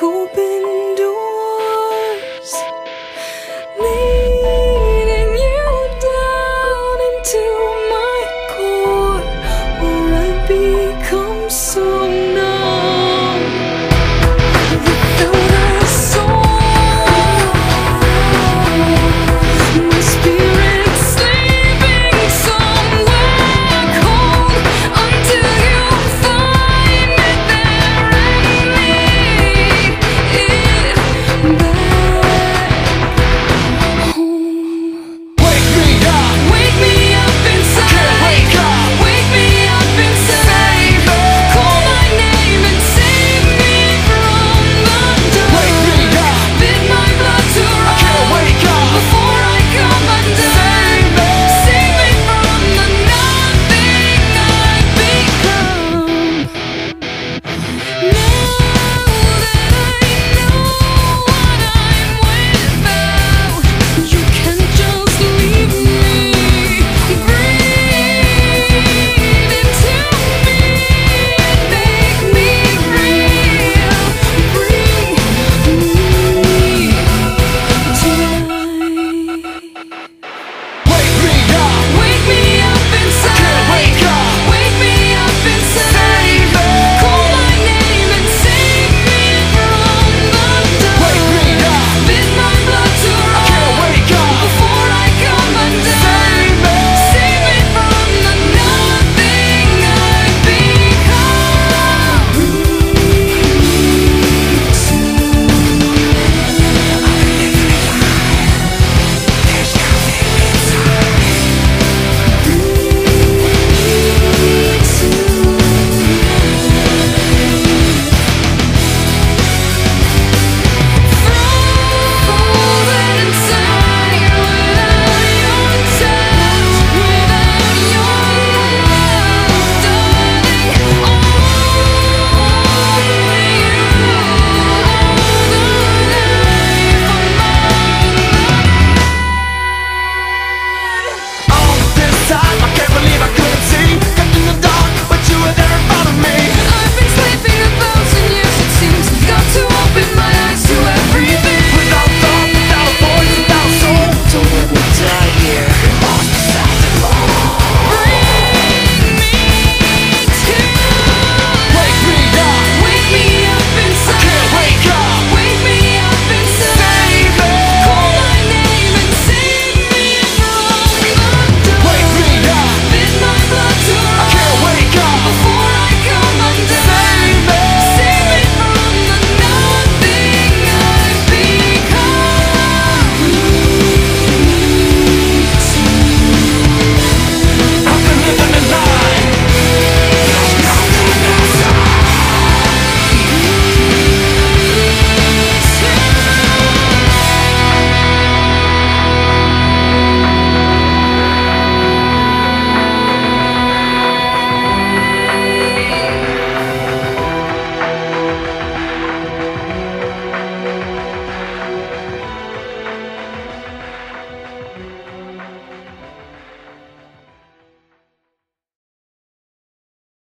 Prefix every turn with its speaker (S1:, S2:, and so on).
S1: hoping